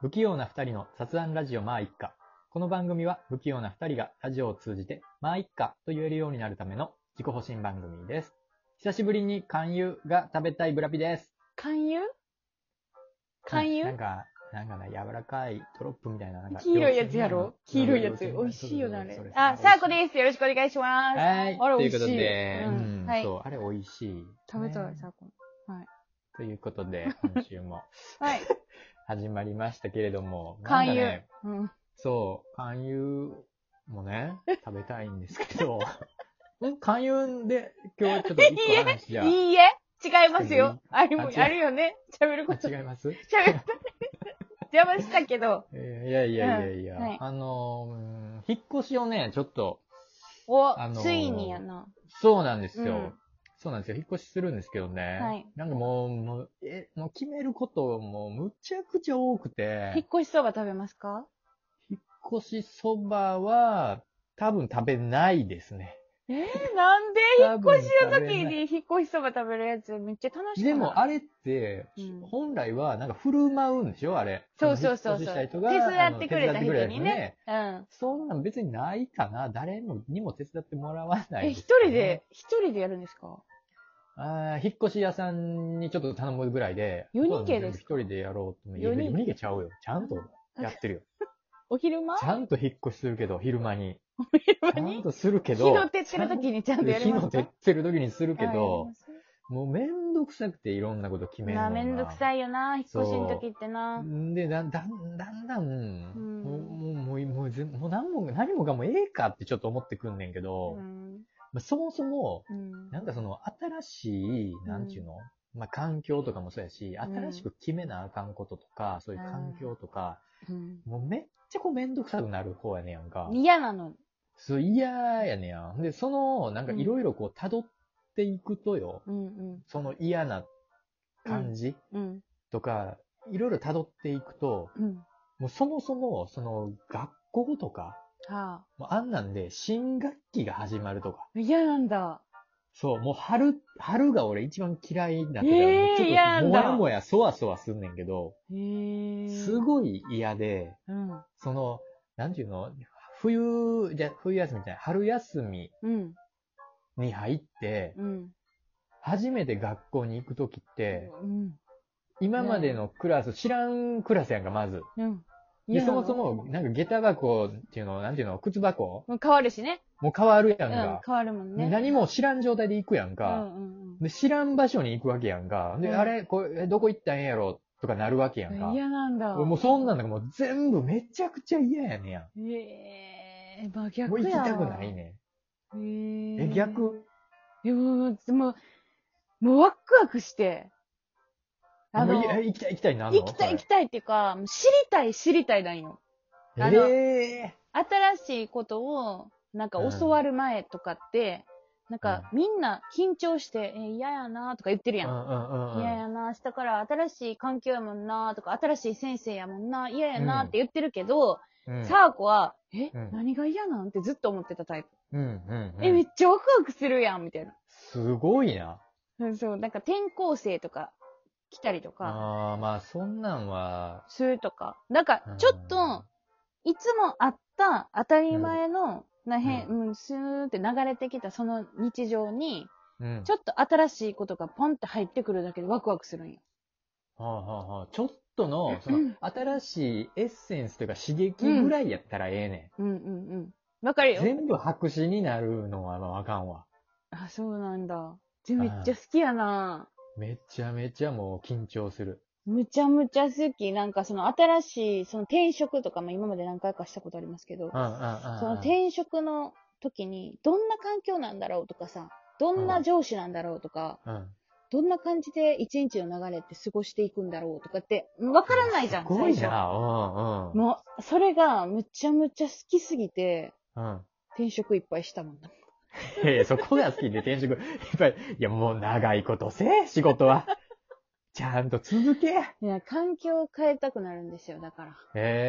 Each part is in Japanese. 不器用な二人の雑談ラジオまあ一家。この番組は不器用な二人がラジオを通じてまあ一家と言えるようになるための自己保身番組です。久しぶりに勧誘が食べたいブラピです。勧誘勧うんな誘んか、なんかな、柔らかいトロップみたいな。なんか黄色いやつやろ黄色いやつ。美味しいよな、あれ。あ、サーコです。よろしくお願いします。はい。あれとい美うこと味しい。で、ううんん、はい。そう、あれ美味しい。食べたねい、サーコ。ということで、今週もはい。始まりましたけれども。なんか 勧誘ね。うん。そう、勧誘もね、食べたいんですけど、 ん勧誘で今日はちょっと一個話じゃ、あいいえ違いますよ。あれも、あ違うあるよね。喋ること。違います喋った。 邪魔したけど。えーいやいやいやいや、うんはいあのーうん引っ越しをね、ちょっと、おあのー、ついにやな。そうなんですよ。うんそうなんですよ。引っ越しするんですけどね。はいなんかもう、もう、え、もう決めることもうむちゃくちゃ多く引って、越しそば食べますか引っ越しそばは多分食べないですね。えー、なんで引引っ越しの時に引っ越しそば食べるやつめっちゃ楽しくないでも、あれってうん、本来は、なんか振る舞うんでしょあれ。そうそうそう引っ越しそう。した手人が伝ってくれた人あの手伝ってくれたにね。うん。そんなん別にないかな誰もにも手伝ってもらわない、え、一人で、一人でやるんですかあー引っ越し屋さんにちょっと頼むぐらいで。四人系ですか一人でやろうと思って。四人4人系ちゃうよ。ちゃんとやってるよ。お昼間ちゃんと引っ越しするけど、昼間に。お昼ちゃ間 んにとするけど。日の照ってる時にちゃんとやり火ますのか照ってる時にするけあやりどま、すもうめんどくさくていろんなこと決めるのなが。あ、めんどくさいよな、引っ越しの時ってな。で、だんだん、だんだん、んもう、もう、もう、もうぜ、もう何も、何もかもええかってちょっと思ってくんねんけど、うんまあ、そもそも、うんなんかその、新しい、なんちゅうの、まあ、環境とかもそうやし、ん新しく決めなあかんこととか、そういう環境とか、うんもうめっちゃこうめんどくさくなる方やねやんか。嫌なの。そう、嫌やねやん。で、その、なんかいろいろこう辿っていくとよ、うんうんその嫌な感じうんとか、いろいろ辿っていくと、うん。もうそもそも、その、学校とか、はあ。もうあんなんで、新学期が始まるとか。嫌なんだ。そう、もう春、春が俺一番嫌いだったから、えーもう嫌なんもだやもやそわそわすんねんけど、へえ。すごい嫌で、うん。その、なんていうの、冬、じゃ、冬休みじゃない、春休みうん。に入って、うん。初めて学校に行くときって、うん。今までのクラス、知らんクラスやんか、まず。うん。で、嫌なそのもそ。も、なんか下駄箱っていうの、なんていうの、靴箱うん変わるしね。もう変わるやうんん。か。変わるもんね。何も知らん状態で行くやんうか。んうんで、知らん場所に行くわけやんか。で、うんあれ、これ、えどこ行ったんやろとかなるわけやんうかん。。嫌なんだ。俺もうそんなんだからもう全部めちゃくちゃ嫌やねんやええ、真ん。もう逆行きやわ。たくないねん。へえ、逆でも、もう、もうワクワクして。あもの、ういえ行行きたい行きたいなんのきたい行きそたいっていうか、もう知りたい知りたいなんよ。れあのえ新しいことを、なんかうん教わる前とかって、なんかみんな緊張して、えー嫌やなとか言ってるぇー。や。うんんうん嫌うん。やな明日から新しい環境やもんなとか、新しい先生やもんな嫌やなって言ってるけど、うんサーコは、え、うん何が嫌なんってずっと思ってたタイプ。うんうんうん。え、めっちゃワクワクするやんみたいな。すごいな。うんそう、なんか転校生とか来たりとか。ああ、まあそんなんは、するとか。なんかうん、ちょっと、いつもあった当たり前の、なへん、ううん、スーンって流れてきたその日常に、うん。ちょっと新しいことがポンって入ってくるだけでワクワクするんよ。はあはあはあ、ちょっとの、その、新しいエッセンスというか刺激ぐらいやったらええねん。うんうんうん。わかるよ。全部白紙になるのはまああかんわ。あ、そうなんだ。じゃめっちゃ好きやなめちゃめちゃもう緊張する。むちゃむちゃ好き。なんかその新しい、その転職とかも今まで何回かしたことありますけどう、んうんうんうん。その転職の時に、どんな環境なんだろうとかさ、どんな上司なんだろうとか、うん。どんな感じで一日の流れって過ごしていくんだろうとかって、わからないじゃん、すごい最初。な。うんうん。もう、それがむちゃむちゃ好きすぎて、うん。転職いっぱいしたもんな。いやいや、そこが好きで転職。やっぱり、いやもう長いことせえ、仕事は。 ちゃんと続け。いや、環境を変えたくなるんですよ、だから。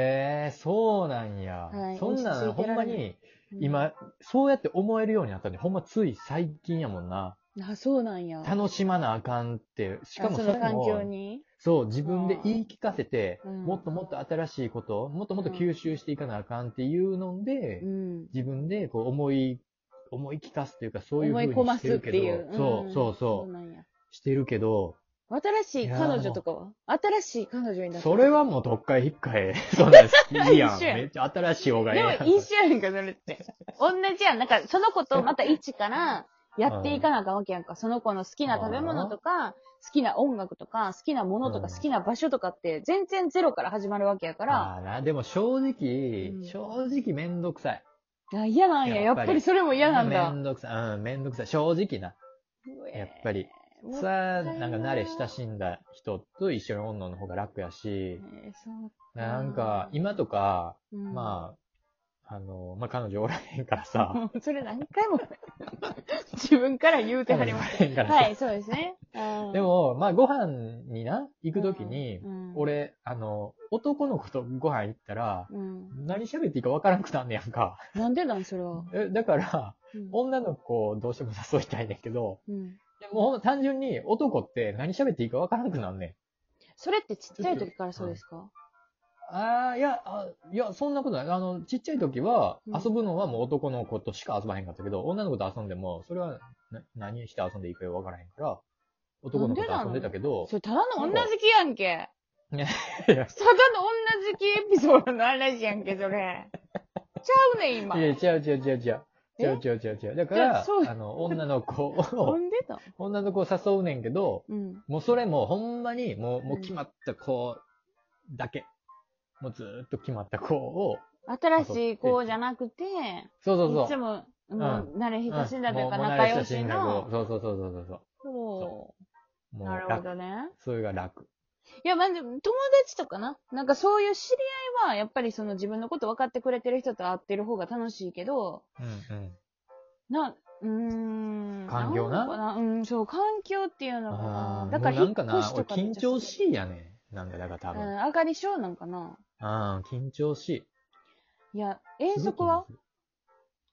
ええそうなんや。はいそんな落ん、ち着ほいてんらまれるに、うん、今、そうやって思えるようになったんで、ほんまつい最近やもんな。あ、そうなんや。楽しまなあかんって、しかもあそそのれ環境も、に。そう、自分で言い聞かせて、うんもっともっと新しいこと、もっともっと吸収していかなあかんっていうので、うん。自分でこう思い、思い聞かすというか、そういうふ思ういに込ましてすっるけていう。ど、そんう、そうそそうう、なんや。してるけど、新しい彼女とかは新しい彼女になった。それはもうどっか引っかえ、 そんなんいいやん。一緒やんめっちゃ新しい方がええでやもん。一緒やんか、それって。同じやん。なんか、その子とまた一からやっていかなあかんわけやんか。その子の好きな食べ物とか、好きな音楽とか、好きなものとか、うん好きな場所とかって、全然ゼロから始まるわけやから、まあな、でも正直、うん正直めんどくさい。あ嫌なんや。ややっっぱぱりりそれも嫌なんだめ。んどくさい。うん、めんどくさい。正直な。やっぱり。うえー。さあ、もったないないんか慣れ親しんだ人と一緒におんのの方が楽やし、えーそうなんか、今とか、うんまあ、あの、まあ彼女おらへんからさ、もう それ何回も 自分から言うてはりま す。彼女おらへんからさはい、そうですね。うんで、も、まあご飯にな、行くときに、うん、俺、あの、男の子とご飯行ったら、うん、何喋っていいかわからんくなんねやんか。 なんでなん、それは。え、だから、うん女の子をどうしても誘いたいねんけど、うんでもうほんま単純に男って何喋っていいかわからんくなんねん。それってちっちゃい時からそうですかああ、いや、あいや、そんなことない。あの、ちっちゃい時は、うん遊ぶのはもう男の子としか遊ばへんかったけど、女の子と遊んでも、それはな何して遊んでいいかよわからへんから、男の子と遊んでたけどそ、れただの女好きやん け。ただねの女好きエピソードの話やんけ、それ。ちゃうねん、今。いや、な違んう違う違う違う。え違う違う違う違う。だかじゃあらそう、あの、女の子 を、でだ女の子を誘うねんけど、うん。もうそれもほんまに、もう、もううん決まった子だけ。もうずーっと決まった子を、新しい子じゃなくて、いそうそうそう。つも、もう、慣れうん親しんだというか、もうもう仲慣れ良親ししんだ子の。そうそうそうそうそうそそう。う。もうなるほ楽。どね。それが楽。いや、まあ、でも友達とかな。なんかそういう知り合いは、やっぱりその自分のこと分かってくれてる人と会ってる方が楽しいけど、うんうん。な、うーん。環境ななんかなうん、そう、環境っていうのかあな。あ、だから、もうなんかな、引っ越し俺とかめっ緊ちゃする張しいやねん。なんかだから多うん、分。上がり症なんかな。ああ、緊張しい。いや、遠足は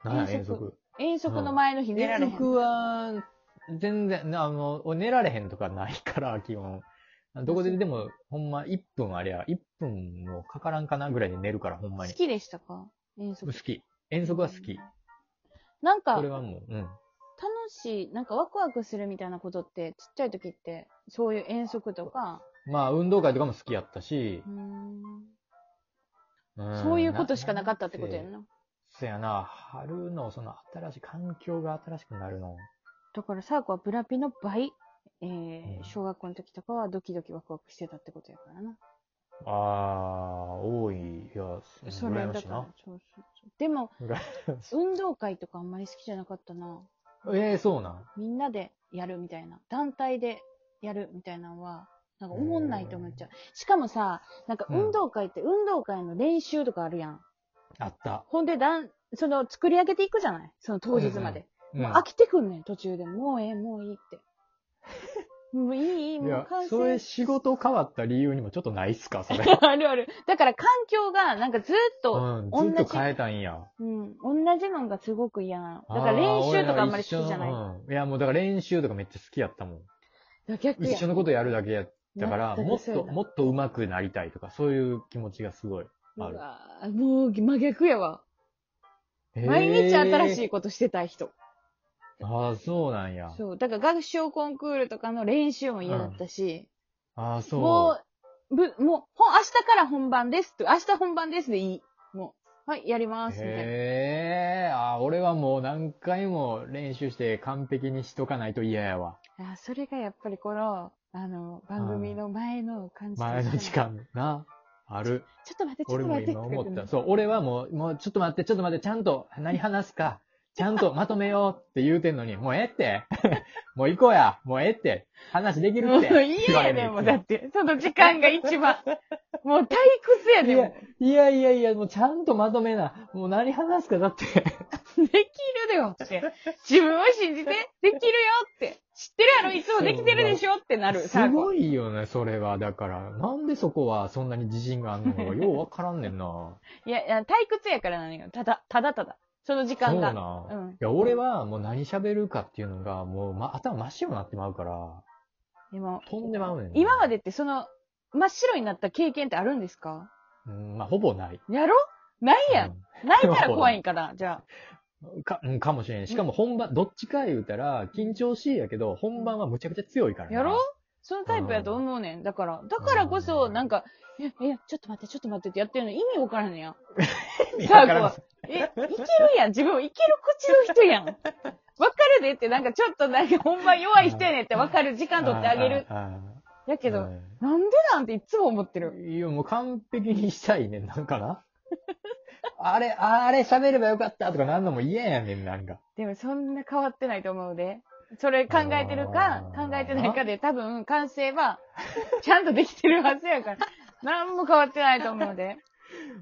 何や遠遠足足。遠足の前の日寝られへ遠足ん。は、全然、なあの、俺寝られへんとかないから、基本。どこででも、ほんま1分ありゃ、1分もかからんかなぐらいで寝るから、ほんま好に。きでしたか遠好足。き。遠足は好き。なんか、それ楽はもう、うん。しい、なんかワクワクするみたいなことって、ちっちゃい時って、そういう遠足とか、まあ、運動会とかも好きやったしう、ーんんそういうことしかなかったってことやんな。な。そやな、春のその新しい、環境が新しくなるの。だから、サーコはブラピの倍、えーうん小学校の時とかはドキドキワクワクしてたってことやからな。ああ、多い。いや、そうんれ羨まだから、しいなそう。そうそう。でも、羨ましい運動会とかあんまり好きじゃなかったな。ええそうなん。みんなでやるみたいな。団体でやるみたいなのは、なんか思んないと思っちゃう。しかもさ、なんか運動会って運動会の練習とかあるやん。あった。ほんでだん、その作り上げていくじゃないその当日まで。うん飽きてくんねん、途中で。もうええ、もういいって。 もういい、いいいもうや完、成。それ仕事変わった理由にもちょっとないっすか、それ。 あるある。だから環境が、なんかずっと、うん、ずっと変えたんや。うん。同じのがすごく嫌なの。だから練習とかあんまり好きじゃない。あー。俺ら一緒うんいや、もうだから練習とかめっちゃ好きやったもん。だから逆や一緒のことやるだけやったから、全もくっそうやと、なもっと上手くなりたいとか、そういう気持ちがすごい。うあるわーもう真逆やわ。毎日新しいことしてたい人。い。ああ、そうなんや。そう。だから学習コンクールとかの練習も嫌だったし、ああ、そう。もう、ぶ、もう、ほん、明日から本番ですと、明日本番ですでいい。もう、はい、やります、みたいな。へえ、あー俺はもう何回も練習して完璧にしとかないと嫌やわ。あーそれがやっぱりこの、あの、番組の前の感じと前の一時緒やな。間な。ある。ちょっと待って、ちょっ俺とも待って。今思っとか言た。てそう、俺はもう、もうちょっと待って、ちょっと待って、ちゃんと何話すか、ちゃんとまとめようって言うてんのに、もうええって、 もう行こうや、もうええって、話できる もっうて。家やでも、だって。その時間が一番。もう退屈やでも。いやいやいや、もうちゃんとまとめな。もう何話すか、だって。できるよって。自分を信じて、できるよって。知ってるやろいつもできてるでしょってなる。すい。ごいよね、それは。だから、なんでそこはそんなに自信があんのか、ようわからんねんな。いや、いや退屈やからなのよ。ただ、ただただ。その時そうな間ん。が。うんいや、俺はもう何喋るかっていうのが、もう、ま、頭真っ白になってまうから、でも、飛んでまうねんな。今までってその、真っ白になった経験ってあるんですかうん、まあ、ほぼない。やろないやん。うないから怖いんかな、じゃあ。んか、うん、かもしれん。しかも本番、どっちか言うたら、緊張しいやけど、本番はむちゃくちゃ強い からな。やろ そのタイプやと思うねん。だから、だからこそ、なんか、いや、いや、ちょっと待って、ちょっと待ってってやってるの意味わからんねや。意味わからん最後え、いけるやん。自分、いける口の人やん。わかるでって、なんかちょっとなんかほんま弱い人やねんってわかる時間取ってあげる。あー。あーあやーけど、うなんでなんていつも思ってる。んいや、もう完璧にしたいねん、なんかな。あれ、あれ喋ればよかったとかなんのも嫌やねん、なんか。でもそんな変わってないと思うで。それ考えてるか、あー考えてないかで多分完成は、ちゃんとできてるはずやから。なんも変わってないと思うで。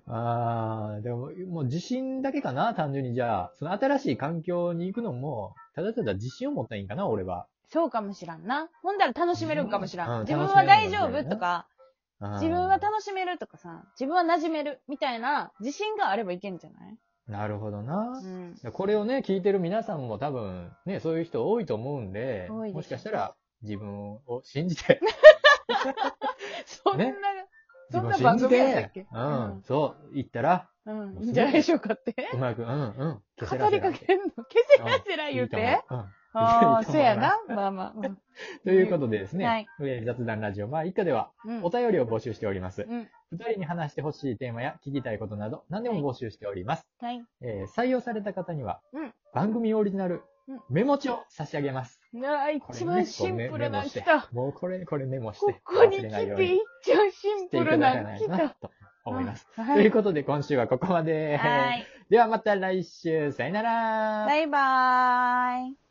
ああ、でも、もう自信だけかな、単純に。じゃあ、その新しい環境に行くのも、ただただ自信を持ったらいいんかな、俺は。そうかもしらんな。ほんだら楽しめるんかもしらん。うん自分は大丈夫とか、うん自分は楽しめるとかさ、自分は馴染めるみたいな自信があればいけんじゃないなるほどなう。ん。これをね、聞いてる皆さんも多分、ね、そういう人多いと思うんで、多いですもしかしたら、自分を信じて、そんな、ね 自そん分なを番信じ、組やったってけうん、うんそう、行ったら、うん。ういいんじゃないでしょうかって。うまく、うん、うん、消せら語りかけんの。消せらせら言うて。うんいいと思ううんあいあ、いと思そううやな。まあまあ。ということでですね、はいえー雑談ラジオ、まあ、一家では、うん。お便りを募集しております。うん。二人に話してほしいテーマや聞きたいことなど何でも募集しております。はい。えー採用された方には、うん番組オリジナルうんメモ帳を差し上げます。なあ、これ一ね番シンプルなこうねメモのして来た。もうこれ、これメモしてここに忘来れないようて、に一番シンしてプいたルだなかのな来いたな。と思います。うん。と。はいいうことで今週はここまで。はい。ではまた来週、さよなら。バイバーイ。